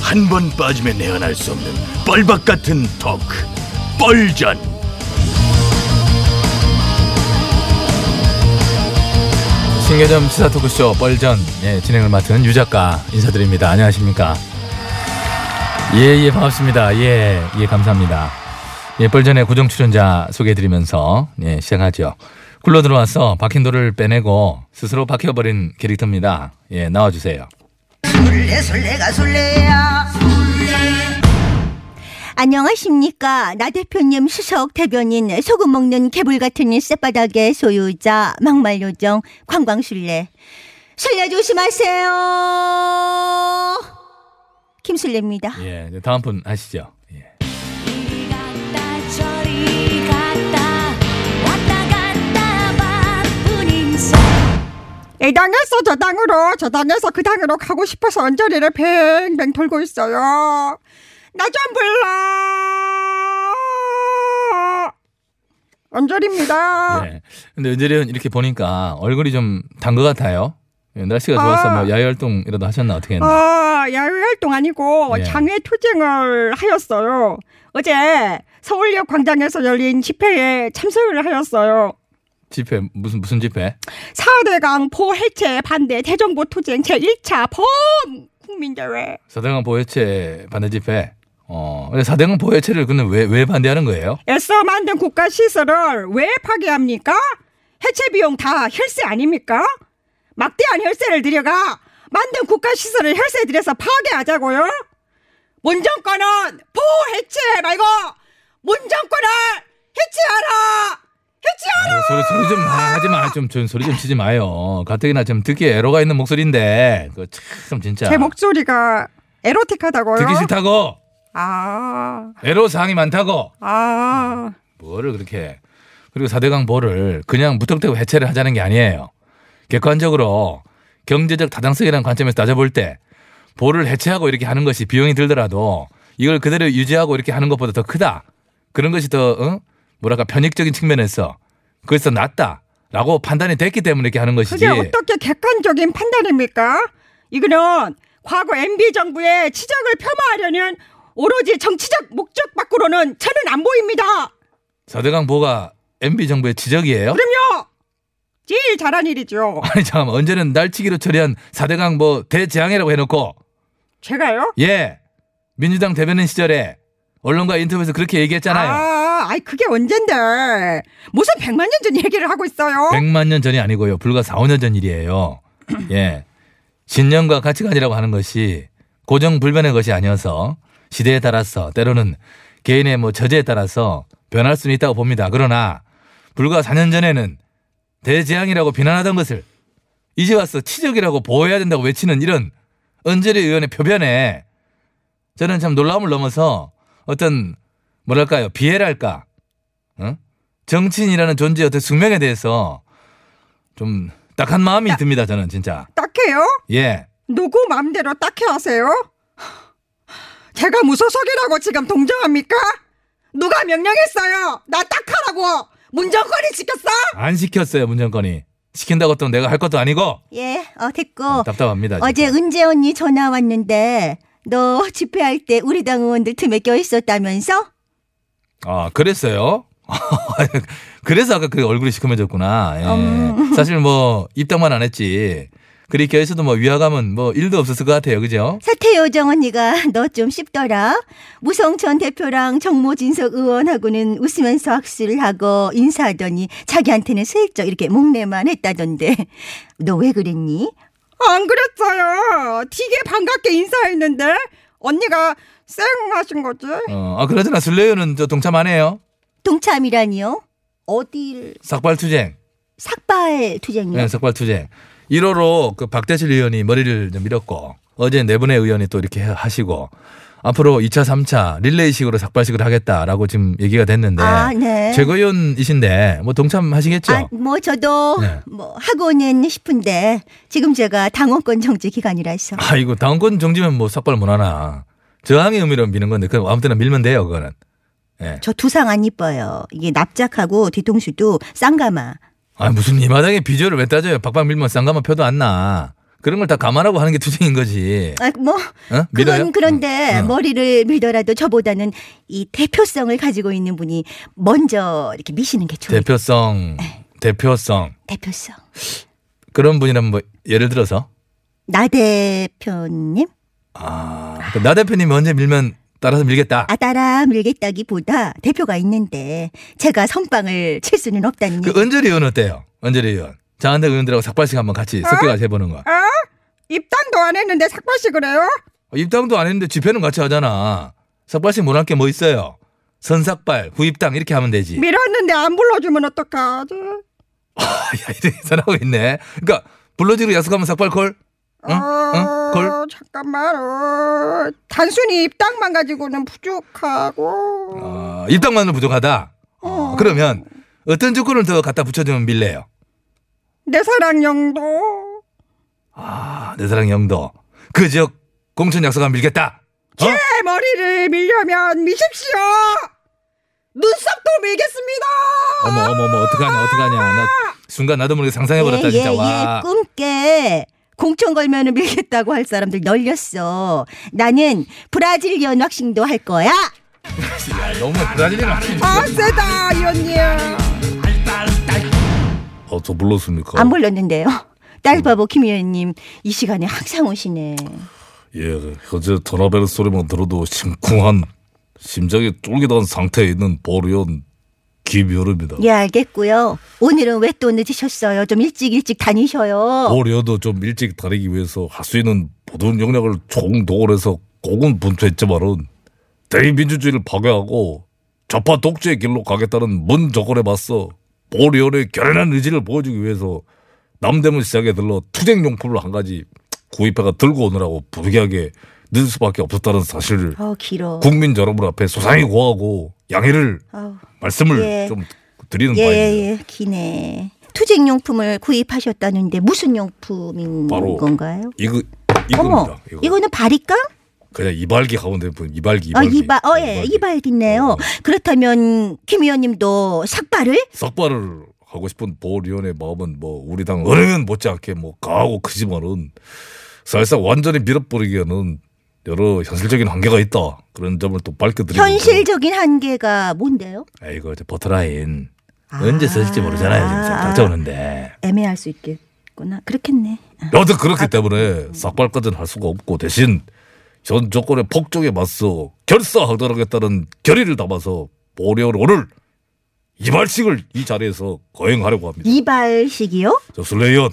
한 번 빠지면 내안할 수 없는 뻘박 같은 토크 뻘전 신개념 시사 토크쇼 뻘전 예, 진행을 맡은 유 작가 인사드립니다. 안녕하십니까? 예, 예, 반갑습니다. 예, 예, 감사합니다. 예, 뻘전의 고정 출연자 소개해드리면서 예, 시작하죠. 굴러 들어와서 박힌 돌을 빼내고 스스로 박혀버린 캐릭터입니다. 예, 나와주세요. 술래 술래가 술래야 안녕하십니까. 나 대표님 수석 대변인 소금 먹는 개불 같은 쌔바닥의 소유자 막말 요정 관광술래. 술래 조심하세요. 김술래입니다. 예, 이제 다음 분 하시죠. 예. 이리 갔다 저리 갔다 왔다 갔다 바쁜 인생 이 당에서 저 당으로 저 당에서 그 당으로 가고 싶어서 언저리를 뱅뱅 돌고 있어요. 나 좀 불러. 언저리입니다. 예. 근데 은재리는 이렇게 보니까 얼굴이 좀 단 것 같아요. 예, 날씨가 좋아서 아. 뭐 야외 활동이라도 하셨나 어떻게 했나. 아, 야외 활동 아니고 예. 장외 투쟁을 하였어요. 어제 서울역 광장에서 열린 집회에 참석을 하였어요. 집회 무슨 무슨 집회? 사대강 포 해체 반대 대정부 투쟁 제1차 범국민대회. 사대강 보혜체 반대 집회. 어, 근데 사대강 보혜체를 근데 왜, 왜 반대하는 거예요? 애써 만든 국가 시설을 왜 파괴합니까? 해체 비용 다 혈세 아닙니까? 막대한 혈세를 들여가 만든 국가 시설을 혈세 들여서 파괴하자고요? 문정권은 보해체 말고 문정권을 해체하라! 해체하라! 아유, 뭐 소리 소리 좀 마, 하지 마. 좀, 좀 소리 좀 치지 마요. 가뜩이나 좀 듣기 애로가 있는 목소리인데. 그참 진짜 제 목소리가 에로틱하다고요? 듣기 싫다고. 아, 애로 사항이 많다고. 아, 뭐를 그렇게. 그리고 사대강 보를 그냥 무턱대고 해체를 하자는 게 아니에요. 객관적으로 경제적 타당성이라는 관점에서 따져볼 때 보를 해체하고 이렇게 하는 것이 비용이 들더라도 이걸 그대로 유지하고 이렇게 하는 것보다 더 크다. 그런 것이 더 응? 뭐랄까 편익적인 측면에서 그것이 더 낫다라고 판단이 됐기 때문에 이렇게 하는 것이지. 그게 어떻게 객관적인 판단입니까? 이거는 과거 MB 정부의 치적을 폄하하려는 오로지 정치적 목적 밖으로는 저는 안 보입니다. 사대강 보가 MB 정부의 지적이에요? 그럼요. 제일 잘한 일이죠. 아니 잠깐만 언제는 날치기로 처리한 사대강 뭐 대재앙이라고 해놓고 제가요? 예 민주당 대변인 시절에 언론과 인터뷰에서 그렇게 얘기했잖아요. 아, 아이 그게 언젠데 무슨 백만 년 전 얘기를 하고 있어요? 100만 년 전이 아니고요. 불과 4, 5년 전 일이에요. 예. 신념과 가치관이라고 하는 것이 고정불변의 것이 아니어서 시대에 따라서 때로는 개인의 뭐 저지에 따라서 변할 수는 있다고 봅니다. 그러나 불과 4년 전에는 대재앙이라고 비난하던 것을 이제 와서 치적이라고 보호해야 된다고 외치는 이런 은재리 의원의 표변에 저는 참 놀라움을 넘어서 어떤 뭐랄까요 비애랄까 어? 응? 정치인이라는 존재의 어떤 숙명에 대해서 좀 딱한 마음이 듭니다 저는 진짜 딱해요? 예 누구 마음대로 딱해 하세요? 제가 무소속이라고 지금 동정합니까? 누가 명령했어요? 나 딱하라고 문정권이 지켰어? 안 시켰어요 문정권이 시킨다고 또 내가 할 것도 아니고 예, 어, 됐고. 답답합니다 진짜. 어제 은재 언니 전화 왔는데 너 집회할 때 우리 당 의원들 틈에 껴있었다면서? 아 그랬어요 그래서 아까 그 얼굴이 시커매졌구나 예. 음. 사실 뭐 입당만 안 했지 그리 껴있어도 뭐 위화감은 뭐 일도 없었을 것 같아요 그죠 사태 요정 언니가 너 좀 씹더라. 무성천 대표랑 정모진석 의원하고는 웃으면서 악수를 하고 인사하더니 자기한테는 슬쩍 이렇게 목례만 했다던데. 너 왜 그랬니? 안 그랬어요. 되게 반갑게 인사했는데 언니가 쌩 하신 거지. 어, 아 그러잖아 슬레이어는 저 동참 안 해요 동참이라니요? 어딜 삭발투쟁 삭발 투쟁이요? 네, 석발 투쟁. 1호로 그 박대실 의원이 머리를 좀 밀었고 어제 네 분의 의원이 또 이렇게 하시고 앞으로 2차, 3차 릴레이식으로 삭발식을 하겠다라고 지금 얘기가 됐는데 아, 네. 최고위원이신데 뭐 동참하시겠죠? 아, 뭐 저도 네. 뭐 하고는 싶은데 지금 제가 당원권 정지 기간이라서 아, 이거 당권 정지면 뭐 삭발 못 하나. 저항의 의미로 미는 건데 그럼 아무 때나 밀면 돼요, 그거는. 예. 저 두상 안 이뻐요. 이게 납작하고 뒤통수도 쌍가마. 아, 무슨 이 마당에 비주얼을 왜 따져요? 박박 밀면 쌍가마 표도 안 나. 그런 걸 다 감안하고 하는 게 투쟁인 거지. 아, 뭐 어? 믿어요? 그건 그런데 응. 응. 머리를 밀더라도 저보다는 이 대표성을 가지고 있는 분이 먼저 이렇게 미시는 게 좋아요. 대표성, 대표성 대표성. 그런 분이라면 뭐 예를 들어서 나 대표님? 아, 그러니까 나 대표님이 언제 밀면 따라서 밀겠다. 아 따라 밀겠다기보다 대표가 있는데 제가 선빵을 칠 수는 없다는 얘기. 그 은절이 의원 어때요? 은절이 의원. 자한대 의원들하고 삭발식 한번 어? 같이 섞여가지고 해보는 거야. 아, 입당도 안 했는데 삭발식을 해요? 입당도 안 했는데 집회는 같이 하잖아. 삭발식 못할 게 뭐 있어요? 선삭발, 후입당 이렇게 하면 되지. 밀었는데 안 불러주면 어떡하지? 야, 이런 이상하고 있네. 그러니까 불러주기로 약속하면 삭발콜? 어? 응? 응? 콜? 어, 잠깐만. 어, 단순히 입당만 가지고는 부족하고. 어, 입당만으로 부족하다. 어, 그러면 어떤 조건을 더 갖다 붙여주면 밀래요? 내 사랑 영도. 아, 내 사랑 영도. 그 지역 공천 약속하면 밀겠다. 어? 내 머리를 밀려면 미십시오. 눈썹도 밀겠습니다. 어머, 어머, 어머, 어떡하냐, 어떡하냐. 나 순간 나도 모르게 상상해버렸다, 예, 진짜. 예, 와. 예, 꿈깨. 공천 걸면은 밀겠다고 할 사람들 널렸어. 나는 브라질리언 왁싱도 할 거야. 예, 야, 너무 브라질인 아니지? 아, 세다, 이 언니. 어, 음. 저 불렀습니까? 안 불렀는데요. 딸바보 김 의원님 이 시간에 항상 오시네. 예, 현재 전화벨 소리만 들어도 심쿵한 심장이 쫄깃한 상태에 있는 보리온 김효르입니다. 예 알겠고요. 오늘은 왜 또 늦으셨어요? 좀 일찍 일찍 다니셔요. 보리온도 좀 일찍 다니기 위해서 할 수 있는 모든 역량을 총동원해서 고군분투했지만은 대의민주주의를 파괴하고 좌파 독재의 길로 가겠다는 문정권에 맞서 보리온의 결연한 의지를 보여주기 위해서 남대문 시장에 들러 투쟁용품을 한 가지 구입해가 들고 오느라고 부득이하게 늦을 수밖에 없었다는 사실을 어 길어. 국민 여러분 앞에 소상히 고하고 양해를 아우. 말씀을 예. 좀 드리는 예, 바입니다. 예, 예, 기네. 투쟁 용품을 구입하셨다는데 무슨 용품인 바로 건가요? 이거 어머, 이겁니다. 이거. 이거는 바리깡? 그냥 이발기 가운데 분 이발기 어, 이발기. 어, 예. 이발, 어, 예, 이발이네요. 그렇다면 김 의원님도 삭발을? 삭발을 하고 싶은 보리원의 마음은 뭐 우리 당 은행은 못지않게 뭐 강하고 크지만은 사실상 완전히 밀어버리기에는 여러 현실적인 한계가 있다 그런 점을 또 밝혀드리고 현실적인 한계가 뭔데요? 아, 이거 저 버터라인. 아. 언제 쓰실지 모르잖아요, 지금 싹 닥쳐오는데. 애매할 수 있겠구나. 그렇겠네. 아. 여튼 그렇기 때문에 삭발까지는 할 수가 없고 대신 전 조건의 폭정에 맞서 결사하도록겠다는 결의를 담아서 보리원 오늘 이발식을 이 자리에서 거행하려고 합니다. 이발식이요? 저 슬레이언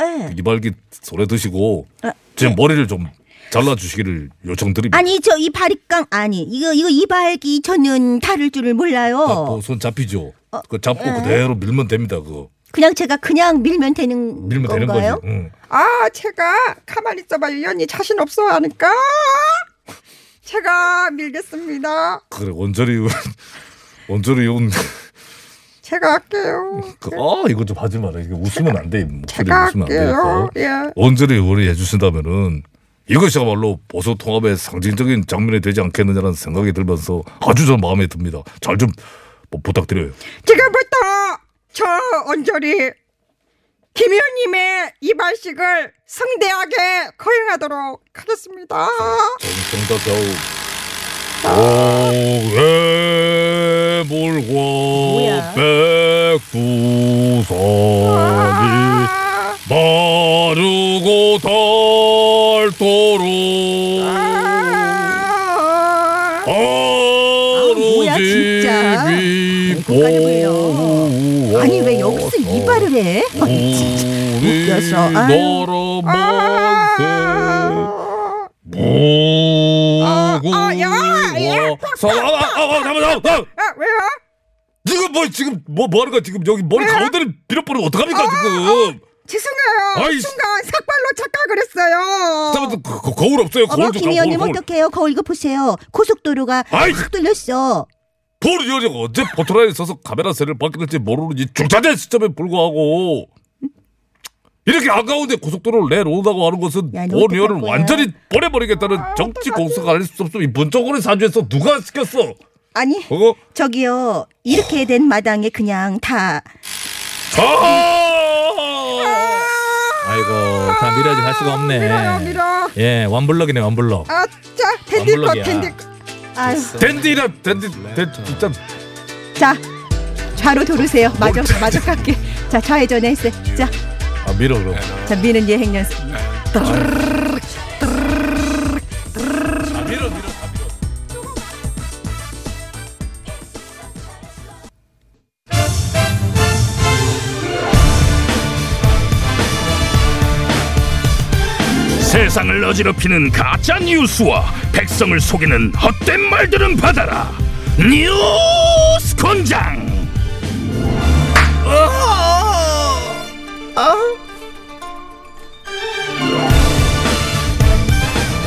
예. 이발기 손에 드시고 아, 제 머리를 좀 잘라주시기를 요청드립니다. 아니, 저 이 바리깡, 아니, 이거, 이거 이발기 저는 다를 줄을 아, 몰라요. 손 잡히죠. 어, 그 잡고 예. 그대로 밀면 됩니다. 그 그냥 제가 그냥 밀면 되는 밀면 되는 건가요? 거죠. 응. 아, 제가 가만히 있어봐, 이 언니. 자신 없어 하니까. 제가 밀겠습니다. 그래 원절이 원절이 온. 제가 할게요. 그, 아 이거 좀 하지 마라. 이거 웃으면 안 돼. 목소리 제가 웃으면 안 할게요. 돼요. 예. 원절이 의원이 해주신다면은 이것이야말로 보수 통합의 상징적인 장면이 되지 않겠느냐라는 생각이 들면서 아주 저 마음에 듭니다. 잘 좀 뭐, 부탁드려요. 지금부터 저 언저리 김현님의 이발식을 성대하게 거행하도록 하겠습니다. 정다 겨우. 오해물과 백두산이 아, 마르고 닳도록 아, 아, 뭐야, 진짜. 아버지 여기까지 불러. 보호하사 아니, 왜 여기서 이발을 해? 우리 웃겨서. 아유. 아. 나라 만세 아. 무궁화 아, 야, 어, 야. 사랑아 아, 아, 잠깐만 잠깐만 아, 왜요? 지금 뭐 지금 뭐, 뭐 하는 거야 지금 여기 머리 가운데를 밀어버리면 어떡합니까 지금 죄송해요. 아이씨. 뭐 순간 삭발로 착각을 했어요. 잠깐만 거, 거, 거울 없어요 거울 어머, 좀 김 가고 의원님 거울 어떡해요? 거울 이거 보세요. 고속도로가 아이! 확 뚫렸어. 거울 여자 언제 포토라인에 서서 카메라 세를 바뀌는지 모르는 이 중차대 시점에 불과하고 이렇게 아까운데 고속도로를 내놓는다고 하는 것은 야, 너무 보리어를 똑같구나. 완전히 보내버리겠다는 정치 공세가 아닐 수 없으면 이 문정권의 사주에서 누가 시켰어 아니, 그거 저기요. 이렇게 된 마당에 그냥 다 아! 아이고 다 밀어야지 갈 수가 없네. 밀어요, 밀어. 예, 원블럭이네, 원블럭. 아자 댄디 컷 원블럭이야. 댄디 아유, 댄디라 댄디 댄 진짜 자 좌로 돌으세요. 마저 마저 갈게. 자 좌회전 했어요. 자, 아 밀어 그럼. 자 미는 예행 연습. 아 밀어 밀어. 세상을 어지럽히는 가짜 뉴스와 백성을 속이는 헛된 말들은 받아라. 뉴스 권장.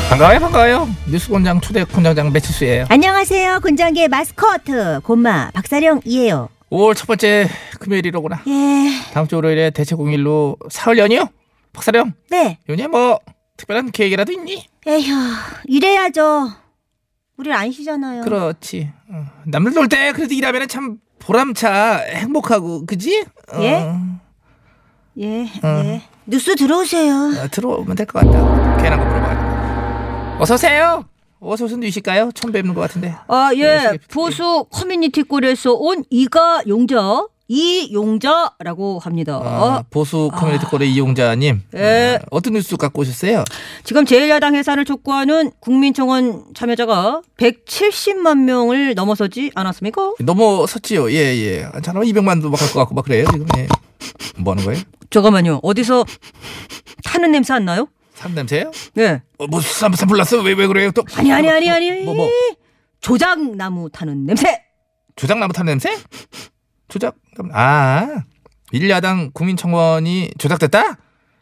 반가워요, 반가워요. 뉴스공장 초대 공장장 배치수예요. 안녕하세요. 군장계 마스코트 곰마 박사령이에요. 5월 첫 번째 금요일이로구나. 예, 다음 주 월요일에 대체 공일로 사흘 연휴? 박사령, 네. 연휴에 뭐 특별한 계획이라도 있니? 에휴, 이래야죠. 우리 안 쉬잖아요. 그렇지. 어, 남들 놀 때 그래도 일하면 참 보람차 행복하고 그지? 어, 예? 예, 예. 뉴스 들어오세요. 어, 들어오면 될 것 같다. 괜한 거 물어봐. 어서 오세요. 어서 오신두이실까요? 처음 뵙는 것 같은데. 아, 예, 예. 보수 커뮤니티 꼴에서 온 이가 용자, 이용자라고 합니다. 어, 보수 커뮤니티 콜의 이용자님. 예. 어, 어떤 뉴스 갖고 오셨어요? 지금 제1야당 해산을 촉구하는 국민청원 참여자가 170만 명을 넘어서지 않았습니까? 너무 섰지요. 예, 예. 잠깐만 200만도 막 갈 것 같고 막 그래요. 지금 예. 뭐 하는 거예요? 잠깐만요. 어디서 타는 냄새 안 나요? 사람 냄새요? 예. 어, 뭐 쌈, 쌈 불났어? 왜, 왜 그래요? 또 아니, 아니, 아니, 아니. 뭐, 뭐. 조작나무 타는 냄새. 조작나무 타는 냄새? 조작? 아, 일야당 국민청원이 조작됐다?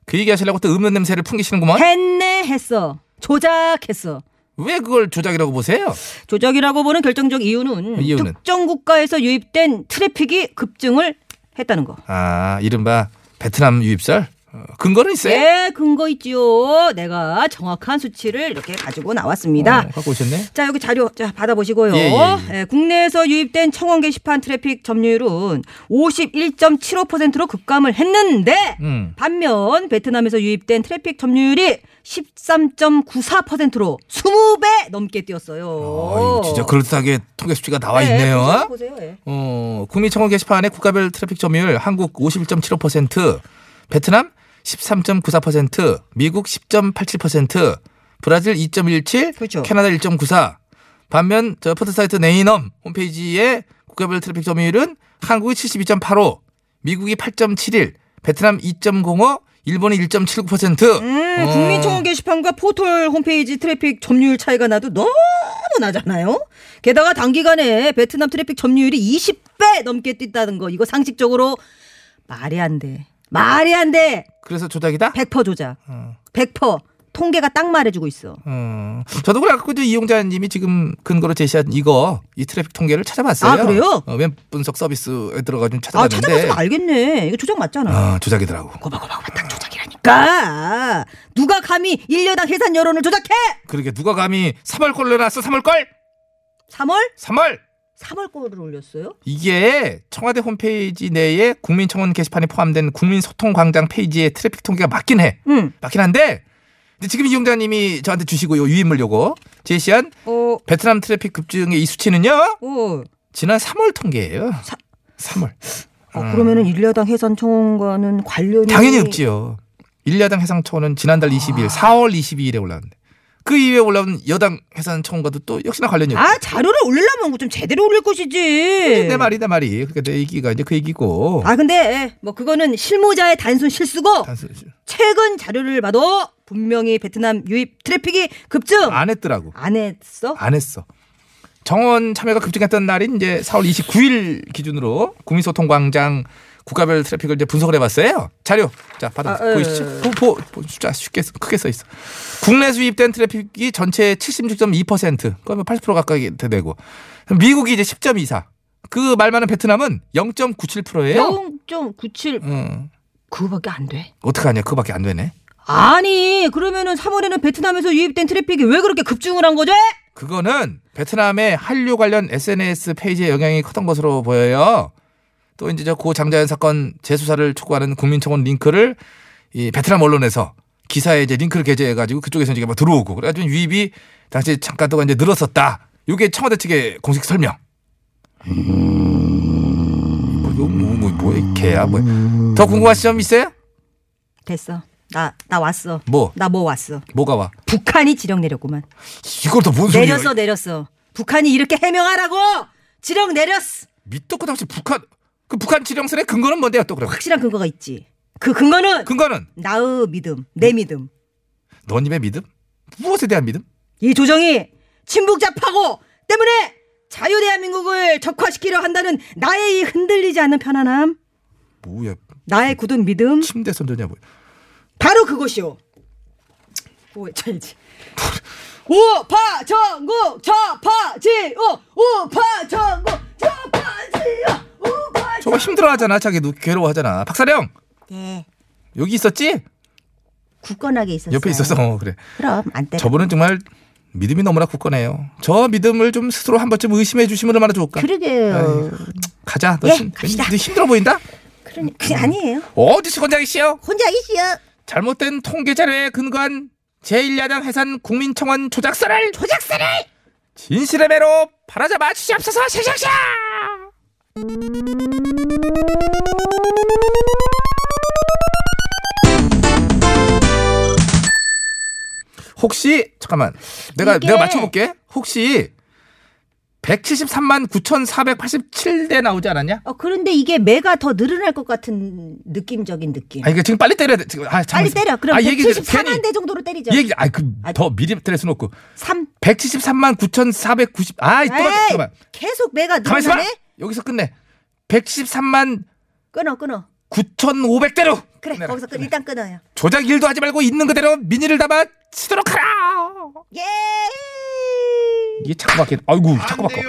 그 얘기하시려고 또 음료 냄새를 풍기시는구먼? 했네 했어. 조작했어. 왜 그걸 조작이라고 보세요? 조작이라고 보는 결정적 이유는, 이유는? 특정 국가에서 유입된 트래픽이 급증을 했다는 거. 아, 이른바 베트남 유입설? 어, 근거는 있어요? 예, 근거 있지요. 내가 정확한 수치를 이렇게 가지고 나왔습니다. 어, 갖고 오셨네? 자, 여기 자료 자, 받아보시고요. 예, 예, 예, 국내에서 유입된 청원 게시판 트래픽 점유율은 51.75%로 급감을 했는데 음. 반면 베트남에서 유입된 트래픽 점유율이 13.94%로 20배 넘게 뛰었어요. 어, 진짜 그럴듯하게 통계 수치가 나와 예, 있네요. 보세요, 보세요. 예. 어, 국민청원 게시판에 국가별 트래픽 점유율 한국 51.75%, 베트남 13.94%, 미국 10.87%, 브라질 2.17, 그렇죠. 캐나다 1.94. 반면 저 포털사이트 네이넘 홈페이지에 국가별 트래픽 점유율은 한국이 72.85, 미국이 8.71, 베트남 2.05, 일본이 1.79%. 음, 국민청원 게시판과 포털 홈페이지 트래픽 점유율 차이가 나도 너무 나잖아요. 게다가 단기간에 베트남 트래픽 점유율이 20배 넘게 뛴다는 거 이거 상식적으로 말이 안 돼. 말이 안 돼. 그래서 조작이다? 어. 100% 조작. 100% 통계가 딱 말해주고 있어. 음, 저도 그래갖고 이제 이용자님이 지금 근거로 제시한 이거 이 트래픽 통계를 찾아봤어요. 아, 그래요? 어, 웹 분석 서비스에 들어가 좀 아 찾아봤는데. 찾아봤으면 알겠네. 이거 조작 맞잖아. 아, 조작이더라고. 그러니까 누가 감히 일여당 해산 여론을 조작해? 그러게 누가 감히 3월 걸 내놨어? 3월 걸? 3월? 3월. 3월 거를 올렸어요? 이게 청와대 홈페이지 내에 국민청원 게시판에 포함된 국민소통광장 페이지의 트래픽 통계가 맞긴 해. 응. 맞긴 한데. 근데 지금 이용자님이 저한테 주시고 요 유인물 요거 제시한 어, 베트남 트래픽 급증의 이 수치는요. 어. 지난 3월 통계예요. 3월. 아, 그러면은 일여당 해산 청원과는 관련이 음. 당연히 없지요. 일야당 해산 청원은 아. 지난달 20일, 4월 22일에 올라왔는데 그 이후에 올라온 여당 해산 청원과도 또 역시나 관련이 없고. 아 자료를 올리려면 좀 제대로 올릴 것이지. 내 말이다 말이. 그러니까 내 얘기가 이제 그 얘기고. 아 근데 뭐 그거는 실무자의 단순 실수고 단순- 최근 자료를 봐도 분명히 베트남 유입 트래픽이 급증 안 했더라고. 안 했어. 안 했어. 정원 참여가 급증했던 날인 이제 4월 29일 기준으로 국민소통광장 국가별 트래픽을 이제 분석을 해봤어요. 자료 자 받아 아, 예, 보이시죠? 예, 예. 보, 보, 보- 숫자 쉽게 써- 크게 써 있어. 국내 수입된 트래픽이 전체의 76.2% 그러면 80%뭐 가까이 되- 되고 미국이 이제 10.24. 그 말만은 베트남은 0.97%예요. 0.97 음, 그거밖에 안 돼. 어떡하냐 그거밖에 안 되네. 아니 그러면은 3월에는 베트남에서 유입된 트래픽이 왜 그렇게 급증을 한 거지? 그거는 베트남의 한류 관련 SNS 페이지의 영향이 컸던 것으로 보여요. 또 이제 저 고 장자연 사건 재수사를 촉구하는 국민청원 링크를 이 베트남 언론에서 기사에 이제 링크를 게재해가지고 그쪽에서 이제 막 들어오고 그래가지고 유입이 당시 잠깐 동안 이제 늘었었다. 이게 청와대 측의 공식 설명. 뭐 이거 뭐, 뭐, 뭐 개야 뭐. 더 궁금하신 점 있어요? 됐어. 나, 나 왔어. 뭐? 나 뭐 왔어. 뭐가 와? 북한이 지령 내렸구만. 이걸 또뭔 소리야? 내렸어, 내렸어. 북한이 이렇게 해명하라고! 지령 내렸어! 밑도 끝없이 북한 그 북한 지령설의 근거는 뭔데요 또 그럼? 확실한 근거가 있지. 그 근거는 근거는 나의 믿음, 내 믿음. 너님의 믿음? 무엇에 대한 믿음? 이 조정이 친북 좌파고 때문에 자유 대한민국을 적화시키려 한다는 나의 이 흔들리지 않는 편안함, 뭐야 나의 굳은 믿음, 침대 선전이야 뭐? 바로 그것이오. 오, 쳐야지. 우파 전국 어, 좌파지오 우파 전국 좌파지오 어. 우파 저거 힘들어하잖아 자기도 괴로워하잖아. 박사령 네. 여기 있었지? 굳건하게 있었어요. 네. 옆에 있어서 어, 그래. 그럼 안 때. 저분은 정말 믿음이 너무나 굳건해요. 저 믿음을 좀 스스로 한 번쯤 의심해 주시면 얼마나 좋을까. 그러게요. 가자. 너, 예, 힘, 갑시다. 너 힘들어 보인다. 그러니 그게 아니에요. 어디서 권장이시여? 혼자 계시요. 잘못된 통계 자료에 근거한 제1야당 해산 국민청원 조작설을 조작설을 진실의 배로 바라잡아 주시옵소서 샤샤샤. 혹시 잠깐만 내가 이게- 내가 맞춰볼게. 혹시 173만 9,487대 나오지 않았냐? 어, 그런데 이게 매가 더 늘어날 것 같은 느낌적인 느낌. 아니 그 지금 빨리 때려야 돼. 지금 아, 잠깐만. 빨리 때려. 그럼 아, 얘기 좀- 174만 괜히- 대 정도로 때리죠. 얘기 아그더 미리 때릴 수는 없고 3. 173만 9,490. 아이 또 에이, 맞다, 잠깐만. 계속 매가 가만 있어봐. 늘어나네. 여기서 끝내. 173만 끊어 끊어. 9,500대로. 그래 거기서 끊, 일단 끊어요. 조작 일도 하지 말고 있는 그대로 민의를 담아 치도록 하라. 예. 이게 자꾸 바뀌. 아이고 자꾸 바꿔.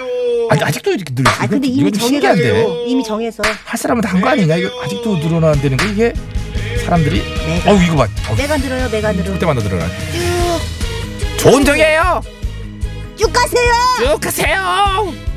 아니 아직도 이렇게 늘지. 아 근데 이거 이미 네. 좀 정해서 신기한데. 이미 정해서 할 사람은 다 한 거 아니냐? 이거 아직도 늘어나는 게 이게 사람들이. 매가 아우 이거 봐. 아우, 매가 늘어요 매가 늘어. 그때마다 늘어나. 좋은 정이에요. 쭉 가세요. 쭉 가세요.